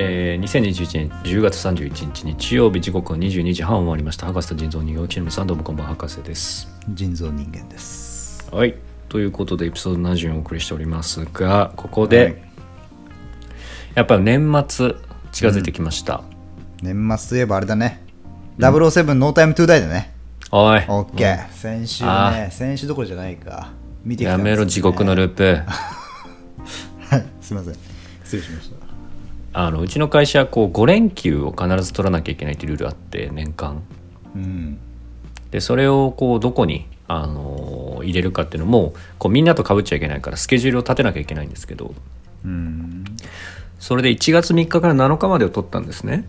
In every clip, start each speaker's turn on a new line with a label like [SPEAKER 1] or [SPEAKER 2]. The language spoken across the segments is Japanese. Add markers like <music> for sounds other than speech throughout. [SPEAKER 1] えー、2021年10月31日日曜日時刻は22時半を回りました博士と人造人形チームさんどうもこんばんは博士です
[SPEAKER 2] 人造人間です
[SPEAKER 1] はいということでエピソード70をお送りしておりますがここで、
[SPEAKER 2] はい
[SPEAKER 1] やっぱり年末近づいてきました、
[SPEAKER 2] 年末といえばあれだね007ノータイムトゥーダイだね
[SPEAKER 1] おい
[SPEAKER 2] OK、先週
[SPEAKER 1] あ
[SPEAKER 2] ね先週どころじゃないか見てきた
[SPEAKER 1] や
[SPEAKER 2] んですよ
[SPEAKER 1] め
[SPEAKER 2] ね
[SPEAKER 1] ろ地獄のルー <laughs> プ
[SPEAKER 2] はい <laughs> すいません失礼しました
[SPEAKER 1] あのうちの会社はこう5連休を必ず取らなきゃいけないっていうルールあって年間
[SPEAKER 2] うん
[SPEAKER 1] でそれをこうどこに、あのー入れるかっていうのもこうみんなとかぶっちゃいけないからスケジュールを立てなきゃいけないんですけど
[SPEAKER 2] うん
[SPEAKER 1] それで1月3日から7日までを取ったんですね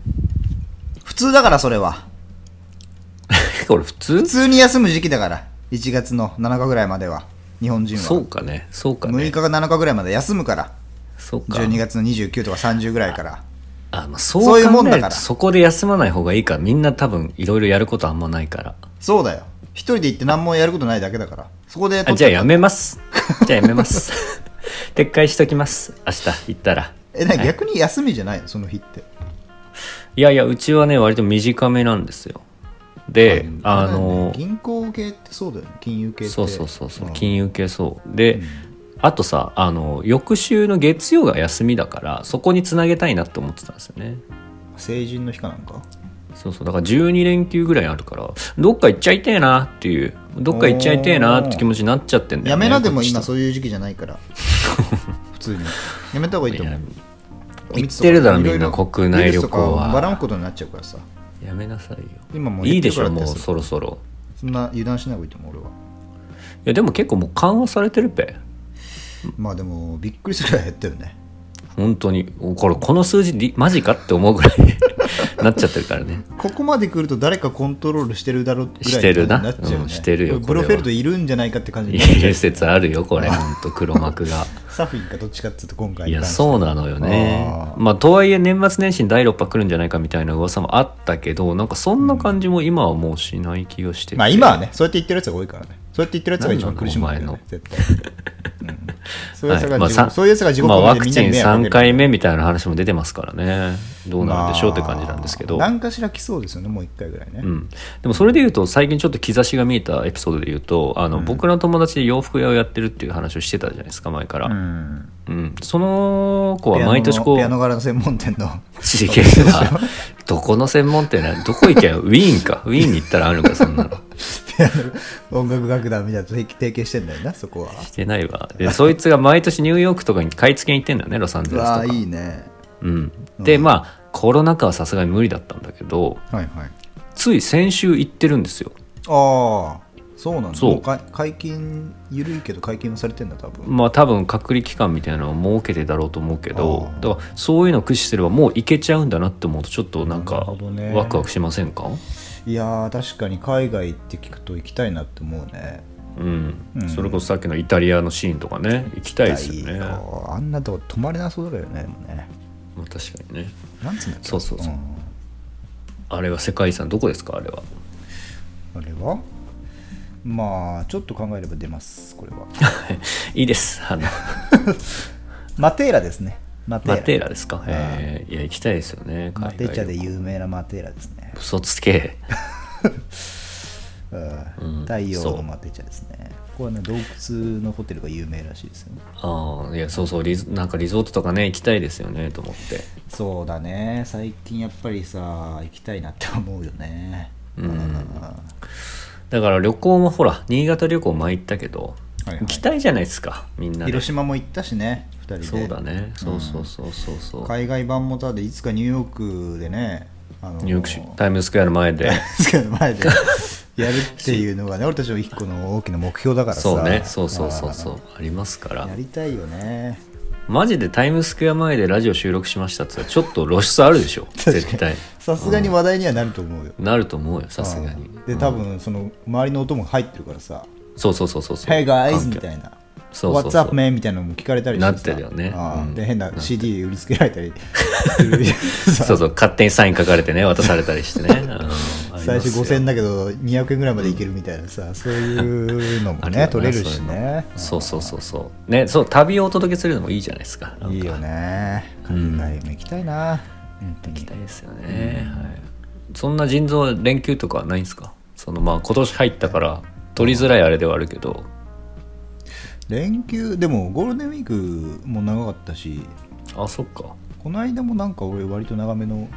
[SPEAKER 1] <laughs>
[SPEAKER 2] 普通だからそれは
[SPEAKER 1] これ普通
[SPEAKER 2] 普通に休む時期だから1月の7日ぐらいまでは日本人は
[SPEAKER 1] そうかねそうか
[SPEAKER 2] 6日
[SPEAKER 1] ね
[SPEAKER 2] か7日ぐらいまで休むから
[SPEAKER 1] そうか
[SPEAKER 2] 12月の29とか30ぐらいから
[SPEAKER 1] あ、まあ、そう
[SPEAKER 2] そういうも
[SPEAKER 1] 考
[SPEAKER 2] ん
[SPEAKER 1] え
[SPEAKER 2] だ
[SPEAKER 1] る
[SPEAKER 2] か
[SPEAKER 1] と
[SPEAKER 2] ら
[SPEAKER 1] そこで休まない方がいいからみんな多分いろいろやることあんまないから
[SPEAKER 2] そうだよ一人で行って何もやることないだけだからそこで
[SPEAKER 1] あ
[SPEAKER 2] 取っ
[SPEAKER 1] じゃあ
[SPEAKER 2] て
[SPEAKER 1] やめます <laughs> じゃあやめます <laughs> 撤回しときます明日行ったら
[SPEAKER 2] えな逆に休みじゃないのその日って
[SPEAKER 1] いやいやうちはね割と短めなんですよであのー
[SPEAKER 2] 銀行系ってそうだよね金融系って
[SPEAKER 1] そうそうそうそう、
[SPEAKER 2] ん
[SPEAKER 1] 金融系そうで、あとさあの翌週の月曜が休みだからそこにつなげたいなって思ってたんですよね
[SPEAKER 2] 成人の日かなんか
[SPEAKER 1] そうそうだから12連休ぐらいあるからどっか行っちゃいてえなっていうどっか行っちゃいてえなって気持ちになっちゃってんだ
[SPEAKER 2] や
[SPEAKER 1] よね
[SPEAKER 2] めなでも
[SPEAKER 1] こ
[SPEAKER 2] 今
[SPEAKER 1] っち
[SPEAKER 2] そういう時期じゃないから
[SPEAKER 1] <laughs>
[SPEAKER 2] 普通にやめた方がいいと思う
[SPEAKER 1] 行ってるだろ
[SPEAKER 2] いい
[SPEAKER 1] みんな国内旅行は
[SPEAKER 2] ウイルスとかばらんことになっちゃうからさ
[SPEAKER 1] とやめなさいよ
[SPEAKER 2] 今もう
[SPEAKER 1] い
[SPEAKER 2] 言
[SPEAKER 1] い
[SPEAKER 2] っ
[SPEAKER 1] で
[SPEAKER 2] てる
[SPEAKER 1] し
[SPEAKER 2] から
[SPEAKER 1] ょ
[SPEAKER 2] って
[SPEAKER 1] もうそろそろ
[SPEAKER 2] そんな油断しない方がいいと思う俺はい
[SPEAKER 1] やでも結構もう緩和されてるべ
[SPEAKER 2] まあでもびっくりするぐらい減ったよね
[SPEAKER 1] 本当にこれこの数字りマジかって思うぐらい <laughs> なっちゃってるからね
[SPEAKER 2] ここまで来ると誰かコントロールしてるだろうぐら
[SPEAKER 1] し
[SPEAKER 2] い
[SPEAKER 1] て
[SPEAKER 2] の
[SPEAKER 1] るな
[SPEAKER 2] 感じになっちゃうよね
[SPEAKER 1] うんしてるよ
[SPEAKER 2] これブロ
[SPEAKER 1] こ
[SPEAKER 2] フ
[SPEAKER 1] れは
[SPEAKER 2] ェルトいるんじゃないかって感じになっ
[SPEAKER 1] い
[SPEAKER 2] ちゃ
[SPEAKER 1] る
[SPEAKER 2] う
[SPEAKER 1] 説あるよこれ本当黒幕が
[SPEAKER 2] サフィンかどっちかっていうと今回
[SPEAKER 1] い
[SPEAKER 2] に
[SPEAKER 1] や
[SPEAKER 2] 関して
[SPEAKER 1] そうなのよね
[SPEAKER 2] あー
[SPEAKER 1] まあとはいえ年末年始に第6波来るんじゃないかみたいな噂もあったけどなんかそんな感じも今はもうしない気がしてて
[SPEAKER 2] まあ今はねそうやって言ってるやつが多いからねそうやって言ってるやつが一番苦しむんだ
[SPEAKER 1] 何なの
[SPEAKER 2] よね絶対、
[SPEAKER 1] <laughs>
[SPEAKER 2] うんそういうやつが
[SPEAKER 1] まあ
[SPEAKER 2] 地
[SPEAKER 1] さ
[SPEAKER 2] 獄そういうやつが地獄
[SPEAKER 1] まあ
[SPEAKER 2] ま
[SPEAKER 1] ワ
[SPEAKER 2] で
[SPEAKER 1] ク
[SPEAKER 2] みんな
[SPEAKER 1] チ
[SPEAKER 2] に
[SPEAKER 1] ン
[SPEAKER 2] 迷惑かけ
[SPEAKER 1] 3
[SPEAKER 2] る
[SPEAKER 1] 回目みたいな話も出てますからねどうなるでしょうって感じなんですけど、
[SPEAKER 2] まあ何かしら来そうですよねもう1回ぐらいね、
[SPEAKER 1] うん、でもそれでいうと最近ちょっと兆しが見えたエピソードで言うとあの、僕の友達で洋服屋をやってるっていう話をしてたじゃないですか前から、うん
[SPEAKER 2] ん、
[SPEAKER 1] その子
[SPEAKER 2] ピ
[SPEAKER 1] は
[SPEAKER 2] アノの
[SPEAKER 1] 毎年こう
[SPEAKER 2] ピアノ柄の専門店の
[SPEAKER 1] 知り合いがどこの専門店なんどこ行けばウィーン
[SPEAKER 2] <laughs>
[SPEAKER 1] かウィーンに行ったらあるのかそんなの
[SPEAKER 2] ピアノ音楽楽団みたいなと提提携してんだよなそこは
[SPEAKER 1] してないわでそいつが毎年ニューヨークとかに買い付けに行ってんだよねロサンゼ
[SPEAKER 2] う
[SPEAKER 1] ルスと
[SPEAKER 2] わ
[SPEAKER 1] か
[SPEAKER 2] あいいね
[SPEAKER 1] うん、でまあコロナ禍はさすがに無理だったんだけど
[SPEAKER 2] はいはい
[SPEAKER 1] つい先週行ってるんですよ
[SPEAKER 2] ああそうなんだ
[SPEAKER 1] そう
[SPEAKER 2] もうか解禁緩いけど解禁もされてんだ多分
[SPEAKER 1] まあ多分隔離期間みたいなのを設けてだろうと思うけど
[SPEAKER 2] あー
[SPEAKER 1] だからそういうのを駆使すればもう行けちゃうんだなって思うとちょっとなん
[SPEAKER 2] なる
[SPEAKER 1] か
[SPEAKER 2] ほどね
[SPEAKER 1] ワクワクしませんか、
[SPEAKER 2] いやー確かに海外って聞くと行きたいなって思うね
[SPEAKER 1] うん
[SPEAKER 2] うん
[SPEAKER 1] それこそさっきのイタリアのシーンとかね行きたいですよね
[SPEAKER 2] 行きたいよあんなとこ泊まれなそうだよねでもね
[SPEAKER 1] まあ確かにね
[SPEAKER 2] なんつうんだっけ
[SPEAKER 1] そうそうそうんあれは世界遺産どこですかあれは
[SPEAKER 2] あれはまあちょっと考えれば出ますこれは
[SPEAKER 1] <laughs> いいですあの
[SPEAKER 2] マテーラですねマテー
[SPEAKER 1] マ
[SPEAKER 2] ラ
[SPEAKER 1] テーラですかえーいや行きたいですよね
[SPEAKER 2] マ
[SPEAKER 1] 海
[SPEAKER 2] テ
[SPEAKER 1] 外
[SPEAKER 2] 茶で
[SPEAKER 1] 旅行
[SPEAKER 2] 有名なマテーラですね、
[SPEAKER 1] 嘘つけ
[SPEAKER 2] うん
[SPEAKER 1] うん
[SPEAKER 2] 太陽
[SPEAKER 1] そう
[SPEAKER 2] のマテ茶ですねここはね洞窟のホテルが有名らしいですよね
[SPEAKER 1] ああいやそうそうリゾなんかリゾートとかね行きたいですよねと思って
[SPEAKER 2] そうだね最近やっぱりさ行きたいなって思うよね
[SPEAKER 1] うん
[SPEAKER 2] は
[SPEAKER 1] だから旅行もほら新潟旅行前行ったけど、
[SPEAKER 2] いはい
[SPEAKER 1] 行きたいじゃないですかみんなで
[SPEAKER 2] 広島も行ったしね2人で
[SPEAKER 1] そうだねそうそうそうそうそう、
[SPEAKER 2] 海外版もただでいつかニューヨークでねあの
[SPEAKER 1] ニューヨーク
[SPEAKER 2] <laughs>
[SPEAKER 1] 市タイムズスクエアの前 <laughs> で
[SPEAKER 2] ですけど前でやるっていうのがね俺たちの一個の大きな目標だからさ
[SPEAKER 1] そうねそうそうそうそうありますか
[SPEAKER 2] あ
[SPEAKER 1] ら
[SPEAKER 2] ーやりたいよね
[SPEAKER 1] マジでタイムズスクエア前でラジオ収録しましたってちょっと露出あるでしょ絶対
[SPEAKER 2] さすがに話題にはなると思うよ
[SPEAKER 1] なると思うよさすがに
[SPEAKER 2] で多分その周りの音も入ってるからさ
[SPEAKER 1] そうそうそうそう
[SPEAKER 2] 「
[SPEAKER 1] そう
[SPEAKER 2] Hey guys」
[SPEAKER 1] 環
[SPEAKER 2] み
[SPEAKER 1] 境
[SPEAKER 2] たいな「
[SPEAKER 1] そうそうそ
[SPEAKER 2] What's up
[SPEAKER 1] う
[SPEAKER 2] man」みたいなのも聞かれたりしてさ
[SPEAKER 1] なってるよね
[SPEAKER 2] あー
[SPEAKER 1] うん
[SPEAKER 2] で変な CD 売りつけられたりす
[SPEAKER 1] <laughs>
[SPEAKER 2] るさ
[SPEAKER 1] そうそう勝手にサイン書かれてね渡されたりして
[SPEAKER 2] <laughs>
[SPEAKER 1] ね、うん
[SPEAKER 2] 最初
[SPEAKER 1] あり
[SPEAKER 2] 5000円
[SPEAKER 1] ますよ
[SPEAKER 2] だけど200円ぐらいまでいけるみたい
[SPEAKER 1] <laughs>
[SPEAKER 2] なさそういうのも
[SPEAKER 1] あるよ
[SPEAKER 2] ね
[SPEAKER 1] な
[SPEAKER 2] 取れるしね
[SPEAKER 1] そうそうそうそうねそう旅をお届けするのもいいじゃないですかなんか
[SPEAKER 2] いいよね海外も行きたいな、本当
[SPEAKER 1] 行き
[SPEAKER 2] に
[SPEAKER 1] たいですよね、はい、そんな腎臓は連休とかはないんですかそのまあ今年入ったから取りづらいあれではあるけど
[SPEAKER 2] 連休でもゴールデンウィークも長かったし
[SPEAKER 1] あそっか
[SPEAKER 2] この間もなんか俺割と長めの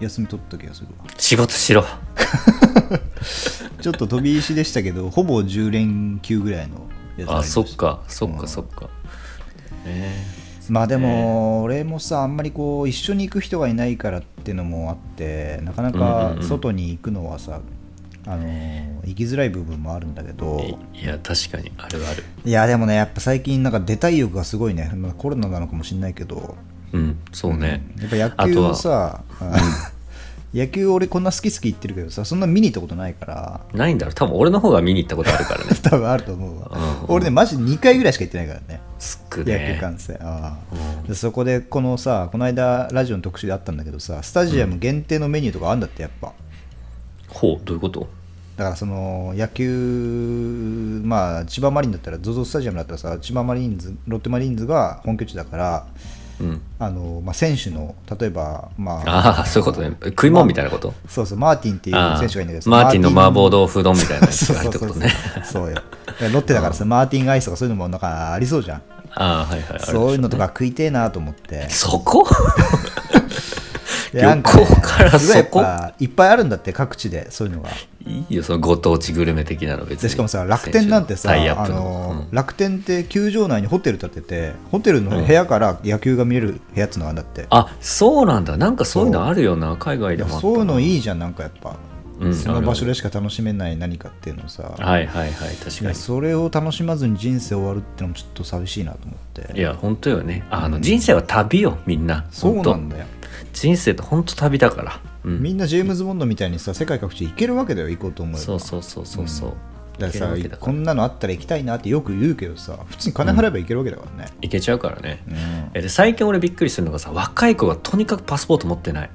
[SPEAKER 2] 休み取った気がするわ
[SPEAKER 1] 仕事しろ
[SPEAKER 2] ちょっと飛び石でしたけどほぼ10連休ぐらいのやつり
[SPEAKER 1] あ
[SPEAKER 2] ました
[SPEAKER 1] そっかそっ
[SPEAKER 2] う
[SPEAKER 1] か
[SPEAKER 2] ん
[SPEAKER 1] そっか、ね
[SPEAKER 2] まあでも俺もさあんまりこう一緒に行く人がいないからっていうのもあってなかな
[SPEAKER 1] うんうん
[SPEAKER 2] か
[SPEAKER 1] うん
[SPEAKER 2] 外に行くのはさ、あのー行きづらい部分もあるんだけど
[SPEAKER 1] いいや確かにあるある
[SPEAKER 2] いやでもねやっぱ最近なんか出たい欲がすごいね、まあ、コロナなのかもしれないけど
[SPEAKER 1] うんそうね、
[SPEAKER 2] うんやっぱ野球をさあ <laughs> 野球俺こんな好き好き言ってるけどさそんな見に行ったことないから
[SPEAKER 1] ないんだろう多分俺の方が見に行ったことある
[SPEAKER 2] <laughs>
[SPEAKER 1] からね
[SPEAKER 2] 多分あると思うわ、
[SPEAKER 1] うん
[SPEAKER 2] 俺ねマジ2回ぐらいしか行ってないからね
[SPEAKER 1] 少
[SPEAKER 2] 野
[SPEAKER 1] ね
[SPEAKER 2] 球観戦ああでそこでこのさこの間ラジオの特集であったんだけどさスタジアム限定のメニューとかあんだってやっぱ
[SPEAKER 1] ほうどういうこと
[SPEAKER 2] だからその野球まあ千葉マリンだったら ZOZO スタジアムだったらさ千葉マリーンズロッテマリーンズが本拠地だから
[SPEAKER 1] うん
[SPEAKER 2] あの、まあ、選手の例えばまあ
[SPEAKER 1] ああそういうことね食い物みたいなこと
[SPEAKER 2] そうそうマーティンっていう
[SPEAKER 1] ああ
[SPEAKER 2] 選手がいるんだけどさ
[SPEAKER 1] マーティンの麻婆豆腐丼みたいなやつ
[SPEAKER 2] そう
[SPEAKER 1] がある
[SPEAKER 2] そ
[SPEAKER 1] っ
[SPEAKER 2] う
[SPEAKER 1] てこ
[SPEAKER 2] そう
[SPEAKER 1] とね
[SPEAKER 2] そうよロッテだからさマーティンアイスとかそういうのもなんかありそうじゃん
[SPEAKER 1] <laughs> ああはいはいあるでしょ
[SPEAKER 2] そういうのとか食いてえなと思って
[SPEAKER 1] そこ <laughs>
[SPEAKER 2] でなんかね
[SPEAKER 1] 旅行から
[SPEAKER 2] すごいやっ
[SPEAKER 1] そこ
[SPEAKER 2] ぱいっぱいあるんだって各地でそういうのが
[SPEAKER 1] いいよそのご当地グルメ的なの別
[SPEAKER 2] で
[SPEAKER 1] に
[SPEAKER 2] しかもさ楽天なんてさ
[SPEAKER 1] タイアッ
[SPEAKER 2] あ
[SPEAKER 1] プの
[SPEAKER 2] の、楽天って球場内にホテル建ててホテルの部屋から野球が見れる部屋っつうのがあるんだって、
[SPEAKER 1] あそうなんだなんかそういうのあるよな海外でもあった
[SPEAKER 2] そういうの
[SPEAKER 1] い
[SPEAKER 2] いいじゃんなんかやっぱ、
[SPEAKER 1] うん
[SPEAKER 2] その場所でしか楽しめない何かっていうのをさ、
[SPEAKER 1] はいはいはい確
[SPEAKER 2] い
[SPEAKER 1] か
[SPEAKER 2] や
[SPEAKER 1] に
[SPEAKER 2] それを楽しまずに人生終わるってのもちょっと寂しいなと思って
[SPEAKER 1] いや本当よねあの人生は旅よみんな
[SPEAKER 2] そうな
[SPEAKER 1] 本
[SPEAKER 2] んだよ
[SPEAKER 1] 当人生って本当旅だからうん
[SPEAKER 2] みんなジェームズ・ボンドみたいにさ世界各地行けるわけだよ行こうと思えば
[SPEAKER 1] そうそうそうそうそう
[SPEAKER 2] だ
[SPEAKER 1] いける
[SPEAKER 2] か
[SPEAKER 1] わ
[SPEAKER 2] ら
[SPEAKER 1] け
[SPEAKER 2] さ
[SPEAKER 1] だから
[SPEAKER 2] こんなのあったら行きたいなってよく言うけどさ普通に金払えば行けるわけだからね、
[SPEAKER 1] いけちゃうからね
[SPEAKER 2] うん
[SPEAKER 1] えで最近俺びっくりするのがさ若い子がとにかくパスポート持ってない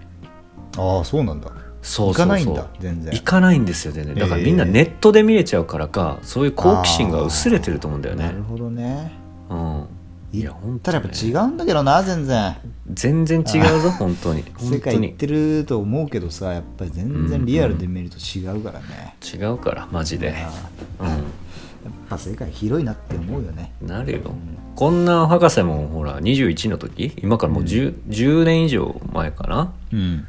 [SPEAKER 2] ああそうなんだ
[SPEAKER 1] そうそうそう
[SPEAKER 2] 行かないんだ全然
[SPEAKER 1] 行かないんですよ全然だからみんなネットで見れちゃうからかそういう好奇心が薄れてると思うんだよ
[SPEAKER 2] な
[SPEAKER 1] ね
[SPEAKER 2] るほどね
[SPEAKER 1] うんいや
[SPEAKER 2] 行
[SPEAKER 1] 本
[SPEAKER 2] っ
[SPEAKER 1] 当
[SPEAKER 2] た
[SPEAKER 1] ね
[SPEAKER 2] らやっぱ違うんだけどな全然
[SPEAKER 1] 全然違うぞ本当に
[SPEAKER 2] 世
[SPEAKER 1] 本当
[SPEAKER 2] 界行っ
[SPEAKER 1] に
[SPEAKER 2] てると思うけどさやっぱり全然リアルで見ると違うからね、
[SPEAKER 1] 違うからマジで
[SPEAKER 2] あ
[SPEAKER 1] う
[SPEAKER 2] ーやっぱ世界広いなって思うよね
[SPEAKER 1] んなるよこんな博士もほら21の時今からもう 10,、10年以上前かな
[SPEAKER 2] うん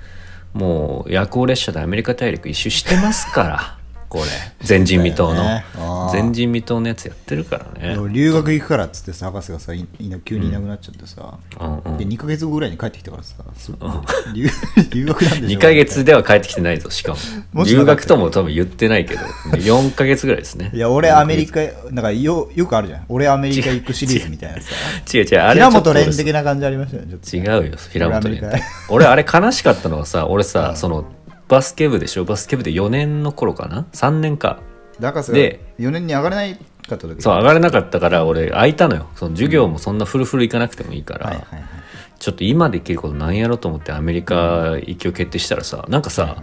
[SPEAKER 1] もう夜行列車でアメリカ大陸一周してますから
[SPEAKER 2] <laughs>
[SPEAKER 1] これ前人未到
[SPEAKER 2] そう
[SPEAKER 1] の、
[SPEAKER 2] だよねあー
[SPEAKER 1] 前人未到のやつやってるからね
[SPEAKER 2] 留学行くからっつってさ博士がさいいな急にいなくなっちゃってさ、
[SPEAKER 1] うんうん
[SPEAKER 2] で2ヶ月後ぐらいに帰ってきたか
[SPEAKER 1] <laughs>
[SPEAKER 2] らさ、そ留留学なんでし
[SPEAKER 1] 2
[SPEAKER 2] ょ
[SPEAKER 1] ヶ月では帰ってきてないぞしかも
[SPEAKER 2] もしな
[SPEAKER 1] 留
[SPEAKER 2] かった
[SPEAKER 1] 学とも多分言ってない
[SPEAKER 2] <laughs>
[SPEAKER 1] けど4ヶ月ぐらいですね
[SPEAKER 2] いや俺アメリカなんかよよくあるじゃん俺アメリカ行くシリーズみたいなさ
[SPEAKER 1] <laughs> 違う違うあれ
[SPEAKER 2] 平
[SPEAKER 1] はちょっと
[SPEAKER 2] 本
[SPEAKER 1] 俺
[SPEAKER 2] 蓮的な感じありましたよねちょっと
[SPEAKER 1] 違うよ平本蓮
[SPEAKER 2] 俺アメリカへ
[SPEAKER 1] 俺あれ悲しかったのはさ俺さ、そのバスケ部でしょバスケ部で4年の頃かな3年か
[SPEAKER 2] 博士が
[SPEAKER 1] で
[SPEAKER 2] 4年に上がれないかった時
[SPEAKER 1] そう上がれなかったから俺空いたのよその授業もそんなフルフル行かなくてもいいから、
[SPEAKER 2] はいはいはい
[SPEAKER 1] ちょっと今できることなんやろと思ってアメリカ行きを決定したらさなんかさ、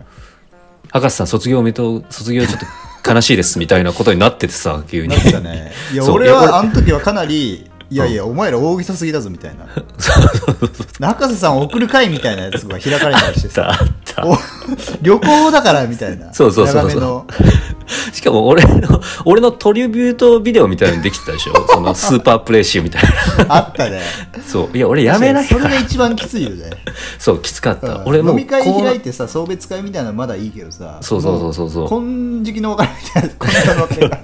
[SPEAKER 1] 博士さん卒業おめでとう卒業ちょっと悲しいですみたいなことになっててさ急に
[SPEAKER 2] なってたねいや
[SPEAKER 1] そう
[SPEAKER 2] 俺
[SPEAKER 1] いや俺
[SPEAKER 2] はあの時はかなりいやいやお前ら大げさすぎだぞみたいな博士さん送る会みたいなやつが開かれ
[SPEAKER 1] <laughs>
[SPEAKER 2] たりして
[SPEAKER 1] <laughs> あ
[SPEAKER 2] さ
[SPEAKER 1] った
[SPEAKER 2] お <laughs> 旅行だからみたいな
[SPEAKER 1] そうそうそうそう
[SPEAKER 2] 長めの
[SPEAKER 1] しかも俺の俺のトリビュートビデオみたいにできてたでしょそ
[SPEAKER 2] <laughs>
[SPEAKER 1] のスーパープレイ集みたい
[SPEAKER 2] あったね
[SPEAKER 1] なそういや俺 <laughs> やめない
[SPEAKER 2] それ
[SPEAKER 1] から
[SPEAKER 2] が一番きついよね
[SPEAKER 1] そうきつかった、
[SPEAKER 2] うん
[SPEAKER 1] 俺もう
[SPEAKER 2] 飲み会
[SPEAKER 1] こう
[SPEAKER 2] 開いてさ送別会みたいなのまだいいけどさ
[SPEAKER 1] そうそうそうそうそう
[SPEAKER 2] も金色の別れみたいな金色の別
[SPEAKER 1] <laughs>
[SPEAKER 2] れが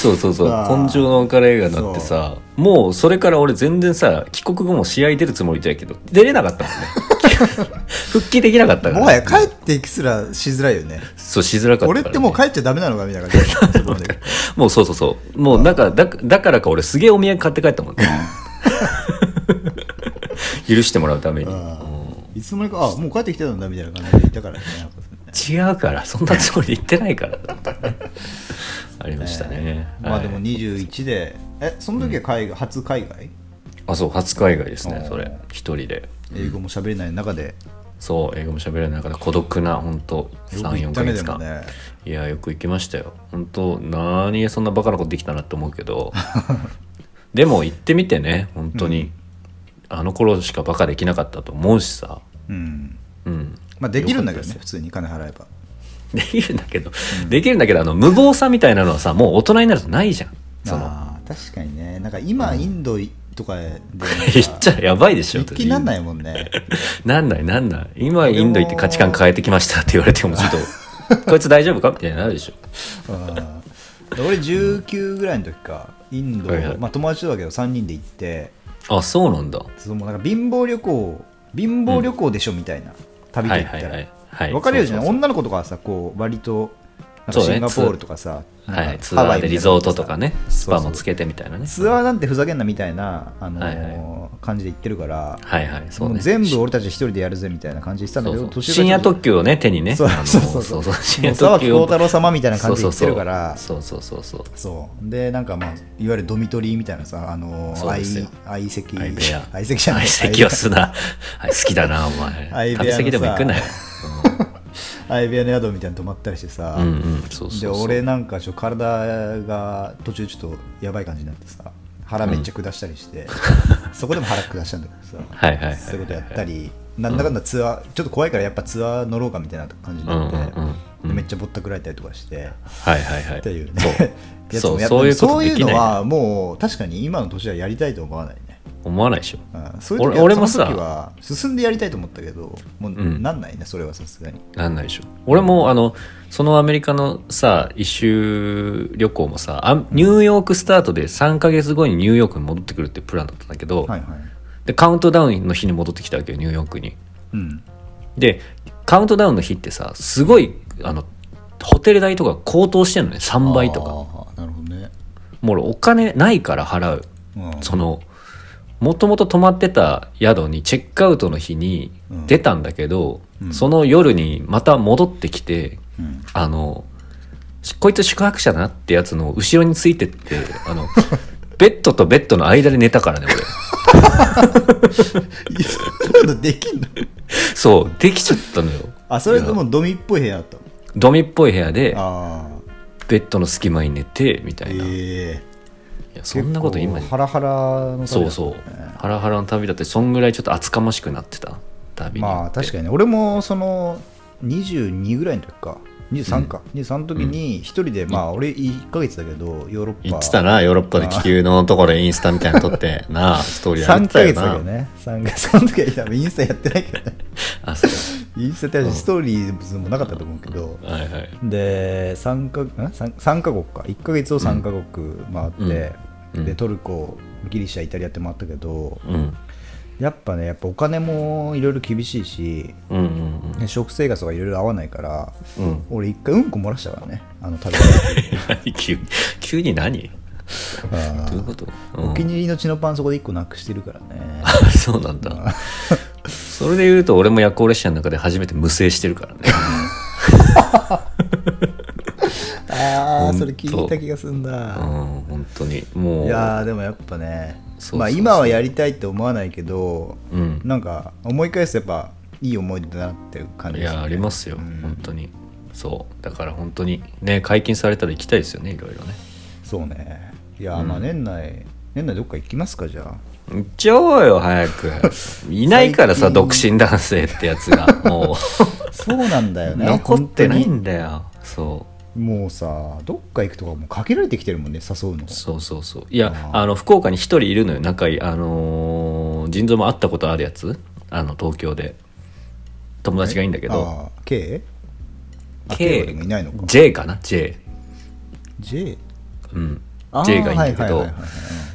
[SPEAKER 1] そうそうそう
[SPEAKER 2] あー
[SPEAKER 1] 根性のカレー映画になってさもうそれから俺全然さ帰国後も試合出るつもりだけど出れなかったもんね
[SPEAKER 2] <laughs>
[SPEAKER 1] 復帰できなかったから
[SPEAKER 2] もはや帰ってきすらしづらいよね
[SPEAKER 1] そうしづらかったから
[SPEAKER 2] 俺
[SPEAKER 1] ね、
[SPEAKER 2] ってもう帰っちゃダメなのかみたいな
[SPEAKER 1] <laughs>
[SPEAKER 2] 感じだった
[SPEAKER 1] もうそうそうそうもうなんかだだからか俺すげえお土産買って帰ったもんね <laughs> 許してもらうために、うん
[SPEAKER 2] いつの間にかあもう帰ってきてたんだみたいな感じでいたからね博士ね
[SPEAKER 1] 違うからそんなつもりで言ってないからだってねありましたね、
[SPEAKER 2] まあでも
[SPEAKER 1] はい
[SPEAKER 2] 21で、えその時は海外、初海外
[SPEAKER 1] あそう初海外ですね
[SPEAKER 2] おー
[SPEAKER 1] それ一人で
[SPEAKER 2] 英語も喋れない中で
[SPEAKER 1] そう英語も喋れないから孤独な本当
[SPEAKER 2] よく行
[SPEAKER 1] 34
[SPEAKER 2] った
[SPEAKER 1] ヶ
[SPEAKER 2] ね
[SPEAKER 1] 月
[SPEAKER 2] で
[SPEAKER 1] 間、
[SPEAKER 2] もね
[SPEAKER 1] いやよく行きましたよ本当何そんなバカなことできたなって思うけ
[SPEAKER 2] <laughs>
[SPEAKER 1] どでも行ってみてね本当に、あの頃しかバカできなかったと思うしさ、
[SPEAKER 2] うん
[SPEAKER 1] うん、
[SPEAKER 2] まあ、できるんだけどね
[SPEAKER 1] よか
[SPEAKER 2] 普通に金払えば
[SPEAKER 1] できるんだけど、できるんだけどあの無謀さみたいなのはさもう大人になるとないじゃんその
[SPEAKER 2] あー確かにねなんか今インドとかで
[SPEAKER 1] <laughs>
[SPEAKER 2] なんか
[SPEAKER 1] 言っちゃやばいでしょ
[SPEAKER 2] 一気になんないもんね
[SPEAKER 1] なんないなんない今
[SPEAKER 2] 俺も
[SPEAKER 1] インド行って価値観変えてきましたって言われてもちょっとこいつ大丈夫かみたいになるでしょ
[SPEAKER 2] うん俺19ぐらいの時かインド、
[SPEAKER 1] はいはい
[SPEAKER 2] まあ、友達とだけど3人で行って
[SPEAKER 1] あそうなんだ
[SPEAKER 2] そのなんか貧乏旅行貧乏旅行でしょみたいな、旅と
[SPEAKER 1] は
[SPEAKER 2] 言
[SPEAKER 1] い
[SPEAKER 2] った
[SPEAKER 1] はい
[SPEAKER 2] ら、
[SPEAKER 1] はいはい
[SPEAKER 2] 分かるようじゃない
[SPEAKER 1] そうそう
[SPEAKER 2] 女の子とかはさこう割となん
[SPEAKER 1] そ
[SPEAKER 2] か
[SPEAKER 1] うね
[SPEAKER 2] シンガポールとかさ、
[SPEAKER 1] そうはい
[SPEAKER 2] な
[SPEAKER 1] は
[SPEAKER 2] ん
[SPEAKER 1] い
[SPEAKER 2] か
[SPEAKER 1] ツアーでリゾートとかねス
[SPEAKER 2] そうそう
[SPEAKER 1] パもつけてみたいなね
[SPEAKER 2] ツアーなんてふざけんなみたいな、あのー
[SPEAKER 1] はいは
[SPEAKER 2] 感じで言ってるから、
[SPEAKER 1] はいはいそう
[SPEAKER 2] も
[SPEAKER 1] ね
[SPEAKER 2] う全部俺たち一人でやるぜみたいな感じで言ってたんだ
[SPEAKER 1] そう
[SPEAKER 2] け
[SPEAKER 1] そ
[SPEAKER 2] ど、
[SPEAKER 1] う
[SPEAKER 2] 途中
[SPEAKER 1] 深夜特急をね手にね
[SPEAKER 2] そう
[SPEAKER 1] あの
[SPEAKER 2] そうそうそう
[SPEAKER 1] 深夜特
[SPEAKER 2] 沢木
[SPEAKER 1] 急
[SPEAKER 2] 幸
[SPEAKER 1] を
[SPEAKER 2] 太郎様みたいな感じで言ってるから
[SPEAKER 1] そうそうそうそうそうそう
[SPEAKER 2] そうでなんかまあいわゆるドミトリーみたいなさあの
[SPEAKER 1] そうですよ
[SPEAKER 2] 相席
[SPEAKER 1] 相部屋
[SPEAKER 2] 相席じゃない
[SPEAKER 1] 相席をすなはい好きだなお前
[SPEAKER 2] 相部屋のさ
[SPEAKER 1] 旅先でも行くなよ
[SPEAKER 2] 相部屋の宿みたいに泊まったりしてさ、
[SPEAKER 1] うんうんうんそうそう
[SPEAKER 2] で
[SPEAKER 1] そう
[SPEAKER 2] 俺なんかちょ体が途中ちょっとやばい感じになってさ腹めっちゃ下したりして、そこでも腹下したんだけどさ
[SPEAKER 1] はいはいはいはいはい
[SPEAKER 2] そういうことやったりなんだかんだツアー、ちょっと怖いからやっぱツアー乗ろうかみたいな感じになって、
[SPEAKER 1] うんうんうんうん
[SPEAKER 2] でめっちゃぼったくられたりとかして、
[SPEAKER 1] はいはいはい
[SPEAKER 2] っていうねやつ
[SPEAKER 1] そ
[SPEAKER 2] も
[SPEAKER 1] う
[SPEAKER 2] やった
[SPEAKER 1] そういうこと
[SPEAKER 2] そう
[SPEAKER 1] で
[SPEAKER 2] いう
[SPEAKER 1] き
[SPEAKER 2] の
[SPEAKER 1] ない
[SPEAKER 2] はもう確かに今の年はやりたいと思わないね
[SPEAKER 1] 思わないでしょ
[SPEAKER 2] うんそういう時
[SPEAKER 1] 俺
[SPEAKER 2] は
[SPEAKER 1] 俺も
[SPEAKER 2] その時
[SPEAKER 1] さ
[SPEAKER 2] は進んでやりたいと思ったけどもううんなんないね、それはさすがに
[SPEAKER 1] なんないでしょ俺もあのそのアメリカのさ一周旅行もさあニューヨークスタートで3ヶ月後にニューヨークに戻ってくるってプランだったんだけど、
[SPEAKER 2] はいはい
[SPEAKER 1] でカウントダウンの日に戻ってきたわけよニューヨークに
[SPEAKER 2] うん
[SPEAKER 1] でカウントダウンの日ってさすごいあのホテル代とか高騰してんのね3倍とか
[SPEAKER 2] かなるほどね、
[SPEAKER 1] もう俺お金ないから払う
[SPEAKER 2] うん
[SPEAKER 1] そのもともと泊まってた宿にチェックアウトの日に
[SPEAKER 2] うん
[SPEAKER 1] 出たんだけど、
[SPEAKER 2] うん
[SPEAKER 1] その夜にまた戻ってきて
[SPEAKER 2] うん
[SPEAKER 1] あのしこいつ宿泊者だなってやつの後ろについてってあ
[SPEAKER 2] <laughs>
[SPEAKER 1] のベッドとベッドの間で寝たからね俺
[SPEAKER 2] いやそんなことできんの
[SPEAKER 1] そうできちゃったのよ
[SPEAKER 2] あそれともドミっぽい部屋だったの
[SPEAKER 1] ドミっぽい部屋で
[SPEAKER 2] ああ
[SPEAKER 1] ベッドの隙間に寝てみたいな、い
[SPEAKER 2] ええ
[SPEAKER 1] やそんなこと今
[SPEAKER 2] 結構ハラハラの旅だったね
[SPEAKER 1] そうそうハラハラの旅だってそんぐらいちょっと厚かましくなってた旅に
[SPEAKER 2] まあ確かにね俺もその22ぐらいの時か23か、23の時に一人で、まあ俺1ヶ月だけどヨーロッパ
[SPEAKER 1] 言ってたなヨーロッパで気球のところでインスタみたいなの撮って
[SPEAKER 2] <laughs>
[SPEAKER 1] なあストーリーあげ
[SPEAKER 2] 3
[SPEAKER 1] てた
[SPEAKER 2] ヶ
[SPEAKER 1] よ
[SPEAKER 2] 月
[SPEAKER 1] な
[SPEAKER 2] だけどね3ヶ月の時は多分インスタやってないけどね
[SPEAKER 1] あそう
[SPEAKER 2] インスタってストーリーもなかったと思うけど、
[SPEAKER 1] はいはい
[SPEAKER 2] で3か三三カ国か1か月を3か国回って、
[SPEAKER 1] うんうん
[SPEAKER 2] でトルコギリシャイタリアって回ったけど
[SPEAKER 1] うん
[SPEAKER 2] やっぱねやっぱお金もいろいろ厳しいし
[SPEAKER 1] うんうん <laughs>
[SPEAKER 2] ね食生活とかいろいろ合わないから
[SPEAKER 1] うんうん
[SPEAKER 2] 俺一回うんこ漏らしたからねあの旅
[SPEAKER 1] 何急に急に何
[SPEAKER 2] あ
[SPEAKER 1] どういう
[SPEAKER 2] ー
[SPEAKER 1] こと、 <laughs> うん
[SPEAKER 2] <laughs> お気に入りの血のパンそこで1個なくしてるか
[SPEAKER 1] <laughs>
[SPEAKER 2] らね
[SPEAKER 1] そうなんだそれで言うと俺も夜行列車の中で初めて無声してる
[SPEAKER 2] <laughs>
[SPEAKER 1] からね
[SPEAKER 2] <laughs> ああ
[SPEAKER 1] ほ
[SPEAKER 2] それ
[SPEAKER 1] んと
[SPEAKER 2] 聞いた気がすんだ、
[SPEAKER 1] うん本当にもう
[SPEAKER 2] いやーでもやっぱね
[SPEAKER 1] そうそうそう
[SPEAKER 2] まあ今はやりたいって思わないけど
[SPEAKER 1] うん
[SPEAKER 2] なんか思い返すとやっぱいい思い出だなっていう感じ
[SPEAKER 1] い
[SPEAKER 2] ですね
[SPEAKER 1] やありますよ、
[SPEAKER 2] うん
[SPEAKER 1] 本当にそうだから本当にね解禁されたら行きたいですよねいろいろね
[SPEAKER 2] そうねいやーまあ年内年内どっか行きますかじゃ
[SPEAKER 1] 行っちゃおうよ早く <laughs> いないからさ
[SPEAKER 2] 最近
[SPEAKER 1] 独身男性ってやつがもう <laughs>
[SPEAKER 2] <laughs> あそうなんだよね
[SPEAKER 1] 残ってない
[SPEAKER 2] 本
[SPEAKER 1] んだよそう
[SPEAKER 2] 当にもうさどっか行くとかもう限られてきてるもんね誘うの
[SPEAKER 1] そうそうそういや
[SPEAKER 2] あー
[SPEAKER 1] あの福岡に一人いるのよ仲いいあのー腎臓も会ったことあるやつあの東京で友達がいいんだけど
[SPEAKER 2] あー K? あ
[SPEAKER 1] K
[SPEAKER 2] でもいないのか
[SPEAKER 1] J かな J
[SPEAKER 2] J?
[SPEAKER 1] うん
[SPEAKER 2] J
[SPEAKER 1] J がいいんだけど
[SPEAKER 2] はいはいはいはい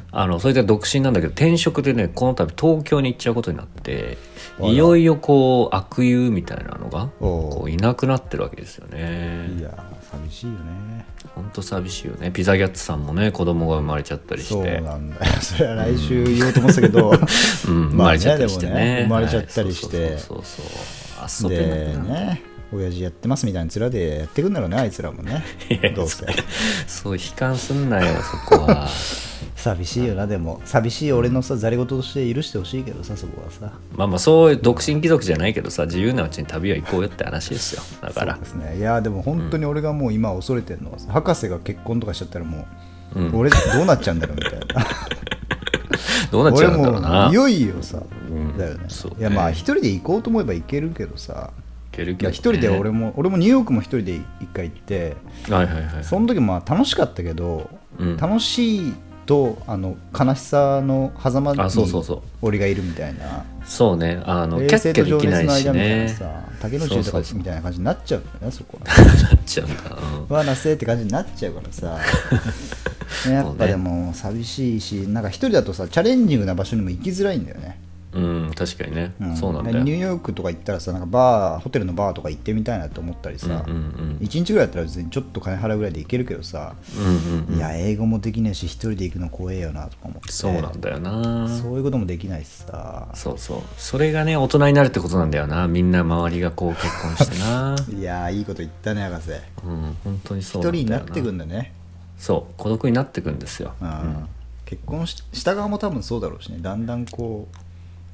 [SPEAKER 1] あのそれで独身なんだけど転職でねこの度東京に行っちゃうことになって
[SPEAKER 2] あら
[SPEAKER 1] いよいよこう悪友みたいなのが
[SPEAKER 2] おう
[SPEAKER 1] こういなくなってるわけですよね
[SPEAKER 2] いやー寂しいよね
[SPEAKER 1] 本当寂しいよねピザギャッツさんもね子供が生まれちゃったりし
[SPEAKER 2] そう
[SPEAKER 1] て
[SPEAKER 2] なんだよそれは来週言おうと思ってたけど、
[SPEAKER 1] <laughs> うん生
[SPEAKER 2] まあ
[SPEAKER 1] ま
[SPEAKER 2] ね
[SPEAKER 1] れちゃったりしてね,はい、
[SPEAKER 2] でもね生まれちゃったりして
[SPEAKER 1] そうそうそうそう遊べな
[SPEAKER 2] で
[SPEAKER 1] くなる、
[SPEAKER 2] ね親父やってますみたいな面でやってくんだろうねあいつらもね <laughs> どうせ
[SPEAKER 1] <laughs> そう悲観すんなよそこは <laughs>
[SPEAKER 2] 寂しいよなでも寂しい俺のさざれ言として許してほしいけどさそこはさ
[SPEAKER 1] まあまあそういう独身貴族じゃないけどさ自由なうちに旅は行こうよって話ですよだか
[SPEAKER 2] そ
[SPEAKER 1] ら
[SPEAKER 2] うですねいやでも本当に俺がもう今恐れてるのはさ博士が結婚とかしちゃったらもう、
[SPEAKER 1] うん
[SPEAKER 2] <laughs> 俺どうなっちゃうんだろうみたいな
[SPEAKER 1] どうなっちゃうんだろう
[SPEAKER 2] 俺も
[SPEAKER 1] な
[SPEAKER 2] ういよいよさ、
[SPEAKER 1] うん
[SPEAKER 2] だよね
[SPEAKER 1] そうね
[SPEAKER 2] いやまあ一人で行こうと思えば行けるけどさ
[SPEAKER 1] ける
[SPEAKER 2] い
[SPEAKER 1] け
[SPEAKER 2] や
[SPEAKER 1] ど
[SPEAKER 2] 一人で俺
[SPEAKER 1] も
[SPEAKER 2] も俺もニューヨークも一人で一回行って
[SPEAKER 1] はいはいはい
[SPEAKER 2] その時まあ楽しかったけど、
[SPEAKER 1] うん
[SPEAKER 2] 楽しいとあの悲しさの狭間に
[SPEAKER 1] あそうそうそう
[SPEAKER 2] 俺がいるみたいな
[SPEAKER 1] そうねあのキャ
[SPEAKER 2] 冷静
[SPEAKER 1] ッキャ
[SPEAKER 2] と
[SPEAKER 1] で
[SPEAKER 2] 情
[SPEAKER 1] き
[SPEAKER 2] 熱
[SPEAKER 1] ない
[SPEAKER 2] の
[SPEAKER 1] し
[SPEAKER 2] 間みたいな
[SPEAKER 1] ね
[SPEAKER 2] さ竹野内
[SPEAKER 1] そうそう
[SPEAKER 2] 豊
[SPEAKER 1] そう
[SPEAKER 2] みたいな感じになっちゃうんだよねそこ
[SPEAKER 1] <laughs>
[SPEAKER 2] は
[SPEAKER 1] なっちゃうんだ、うん
[SPEAKER 2] わなせって感じになっちゃうか
[SPEAKER 1] <laughs>
[SPEAKER 2] らさねやっぱでも寂しいしなんか一人だとさチャレンジングな場所にも行きづらいんだよね
[SPEAKER 1] うん、確かにね、
[SPEAKER 2] うん
[SPEAKER 1] そうなんだよ
[SPEAKER 2] ニューヨークとか行ったらさなんかバーホテルのバーとか行ってみたいなと思ったりさ、
[SPEAKER 1] うんうん
[SPEAKER 2] 1日ぐらいだったら別にちょっと金払うぐらいで行けるけどさ、
[SPEAKER 1] うんうんうん
[SPEAKER 2] いや英語もできないし一人で行くの怖えよなとか思って
[SPEAKER 1] そうなんだよな
[SPEAKER 2] そういうこともできないしさ
[SPEAKER 1] そうそうそれがね大人になるってことなんだよなみんな周りがこう結婚して
[SPEAKER 2] <laughs>
[SPEAKER 1] な
[SPEAKER 2] いやーいいこと言ったね博士
[SPEAKER 1] うん本当にそ
[SPEAKER 2] 一
[SPEAKER 1] う
[SPEAKER 2] 人
[SPEAKER 1] んだよ
[SPEAKER 2] になってくんだね、
[SPEAKER 1] そう孤独になってくんですよ、
[SPEAKER 2] うん結婚しした側も多分そうだろうしねだんだんこう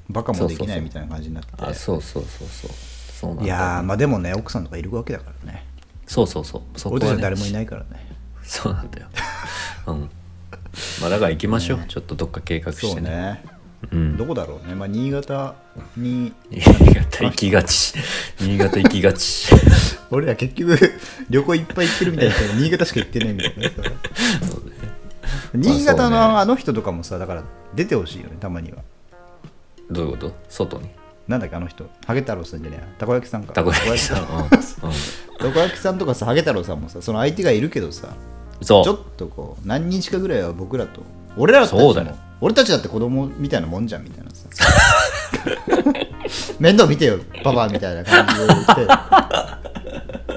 [SPEAKER 2] バカもできないみたいな感じになって
[SPEAKER 1] あそうそうそうそうそうなんだ
[SPEAKER 2] いやーまあでもね奥さんとかいるわけだからね
[SPEAKER 1] そうそうそうそこ
[SPEAKER 2] 俺たち
[SPEAKER 1] は、
[SPEAKER 2] は
[SPEAKER 1] ね、
[SPEAKER 2] 誰もいないからね
[SPEAKER 1] <laughs> そうなんだようんまあだから行きましょう、ちょっとどっか計画して
[SPEAKER 2] そうね
[SPEAKER 1] うん
[SPEAKER 2] どこだろうねまあ新潟に
[SPEAKER 1] 新潟行きがち新潟行きがち
[SPEAKER 2] 俺ら結局 <laughs> 旅行いっぱい行ってるみたいな
[SPEAKER 1] <laughs>
[SPEAKER 2] 新潟しか行ってないみたいなさ
[SPEAKER 1] そうねまあそうね
[SPEAKER 2] 新潟のあの人とかもさだから出てほしいよねたまには
[SPEAKER 1] どういうこと外に
[SPEAKER 2] なんだっけあの人ハゲ太郎さんじゃねえやたこ焼きさんか
[SPEAKER 1] たこ焼きさん、
[SPEAKER 2] た
[SPEAKER 1] う
[SPEAKER 2] こ
[SPEAKER 1] んうん
[SPEAKER 2] 焼きさんたこ焼きさんとかさハゲ太郎さんもさその相手がいるけどさ
[SPEAKER 1] そ
[SPEAKER 2] ちょ
[SPEAKER 1] う
[SPEAKER 2] っとこう何日かぐらいは僕らと俺らたちも
[SPEAKER 1] そうだよ
[SPEAKER 2] 俺たちだって子供みたいなもんじゃんみたいなさ <laughs> 面倒見てよパパみたいな感じで言
[SPEAKER 1] <laughs>
[SPEAKER 2] っ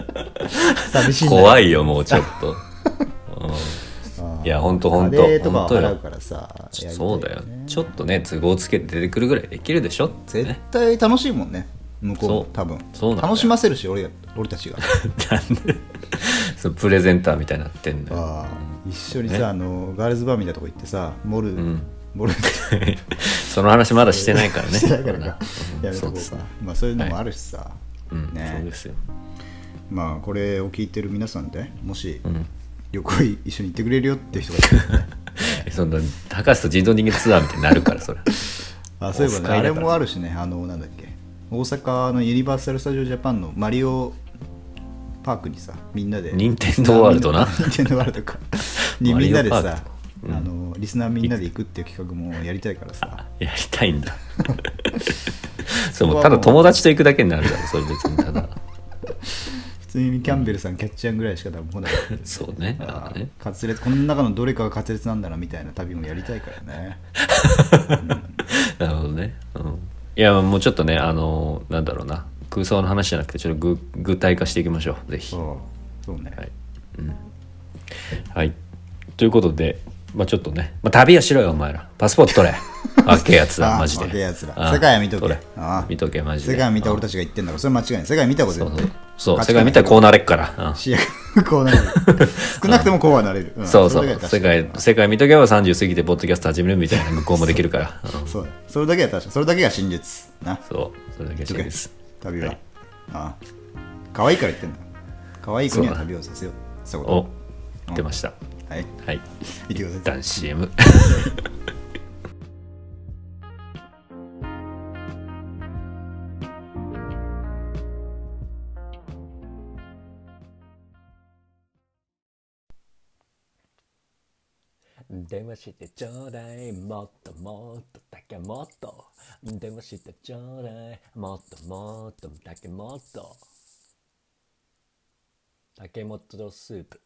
[SPEAKER 2] て寂しいんだよ
[SPEAKER 1] 怖いよもうちょっ
[SPEAKER 2] <laughs>
[SPEAKER 1] と、うんいやほんとほんと
[SPEAKER 2] カレーとかは
[SPEAKER 1] ほんと
[SPEAKER 2] 払う
[SPEAKER 1] よ
[SPEAKER 2] からさやりたい
[SPEAKER 1] そうだよちょっとね都合つけて出てくるぐらいできるでしょって
[SPEAKER 2] 絶
[SPEAKER 1] ね
[SPEAKER 2] 対楽しいもんね向こうも
[SPEAKER 1] そう
[SPEAKER 2] 多分
[SPEAKER 1] そうなんだよ
[SPEAKER 2] 楽しませるし俺が俺た
[SPEAKER 1] <laughs>
[SPEAKER 2] ちが
[SPEAKER 1] なんでそうプレゼンターみたいになってんのよ
[SPEAKER 2] ああ一緒にさあのガールズバーみたいなとこ行ってさモル、
[SPEAKER 1] ん
[SPEAKER 2] モル
[SPEAKER 1] <laughs> その話まだしてないからね
[SPEAKER 2] してないからか
[SPEAKER 1] うん
[SPEAKER 2] やめと
[SPEAKER 1] そ
[SPEAKER 2] こう
[SPEAKER 1] う
[SPEAKER 2] か
[SPEAKER 1] です
[SPEAKER 2] まあそういうのもあるしさ、
[SPEAKER 1] うん
[SPEAKER 2] ね
[SPEAKER 1] そうですよ
[SPEAKER 2] まあこれを聞いてる皆さんでもし
[SPEAKER 1] ん
[SPEAKER 2] 旅行い一緒に行ってくれるよっていう人がいたらね
[SPEAKER 1] そんな高橋と人造人間ツアーみたいになるからそれ
[SPEAKER 2] あそういえば
[SPEAKER 1] オフ
[SPEAKER 2] ね
[SPEAKER 1] 会だから
[SPEAKER 2] あれもあるしねあのなんだっけ大阪のユニバーサル・スタジオ・ジャパンのマリオパークにさみんなで
[SPEAKER 1] 任天堂ワールド
[SPEAKER 2] <laughs>
[SPEAKER 1] な
[SPEAKER 2] 任天堂ワールドかにみんなで
[SPEAKER 1] マリオパー
[SPEAKER 2] さ
[SPEAKER 1] ク、
[SPEAKER 2] あのリスナーみんなで行くっていう企画もやりたいか
[SPEAKER 1] <laughs>
[SPEAKER 2] らさ
[SPEAKER 1] やりたい
[SPEAKER 2] <laughs>
[SPEAKER 1] んだそうもうただ友達と行くだけになるだろそれ別にただ
[SPEAKER 2] 普通にキャンベルさんキャッチャンぐらいしか多分来ない
[SPEAKER 1] そうねあーね
[SPEAKER 2] カツレツこの中のどれかがカツレツなんだなみたいな旅もやりたいからね
[SPEAKER 1] なるほどね、うん、いやもうちょっとねあのなんだろうな空想の話じゃなくてちょっと具具体化していきましょうぜひは
[SPEAKER 2] そうそうね、
[SPEAKER 1] い、うんはい、ということでまあちょっとね、まあ、旅はしろよお前らパスポート
[SPEAKER 2] <laughs>
[SPEAKER 1] 取れあっけえやつら
[SPEAKER 2] あ
[SPEAKER 1] マジで
[SPEAKER 2] 若えやつら
[SPEAKER 1] ああ
[SPEAKER 2] 世界は見とけ
[SPEAKER 1] 取れ
[SPEAKER 2] ああ
[SPEAKER 1] 見とけマジで
[SPEAKER 2] 世界見た
[SPEAKER 1] あ
[SPEAKER 2] 俺たちが言ってんだからそれ間違いない世界見たこと
[SPEAKER 1] そう
[SPEAKER 2] 絶
[SPEAKER 1] そう
[SPEAKER 2] 対
[SPEAKER 1] そう世界見たらこうなれっから、うん
[SPEAKER 2] 視野がこ
[SPEAKER 1] <laughs>
[SPEAKER 2] うなる少なくともこうはなれる、ん
[SPEAKER 1] そうそ
[SPEAKER 2] れ
[SPEAKER 1] う
[SPEAKER 2] だけは
[SPEAKER 1] 世
[SPEAKER 2] 確かに
[SPEAKER 1] 界世界見とけば30過ぎてポッドキャスト始めるみたいな向こうもできるから、うん
[SPEAKER 2] そうだそれだけは確かにそれだけが真実な
[SPEAKER 1] そうそれだけは真実
[SPEAKER 2] 旅は、
[SPEAKER 1] はい
[SPEAKER 2] ああ可愛いから言ってんだ可愛い子には旅をさせようそういう
[SPEAKER 1] お
[SPEAKER 2] こ
[SPEAKER 1] 出ました、
[SPEAKER 2] とはい
[SPEAKER 1] はい
[SPEAKER 2] 見てくだ
[SPEAKER 1] 一
[SPEAKER 2] さい
[SPEAKER 1] 旦 CM
[SPEAKER 3] 電話してちょうだいもっともっとだけもっと電話してちょうだいもっともっとだけもっと竹本スープ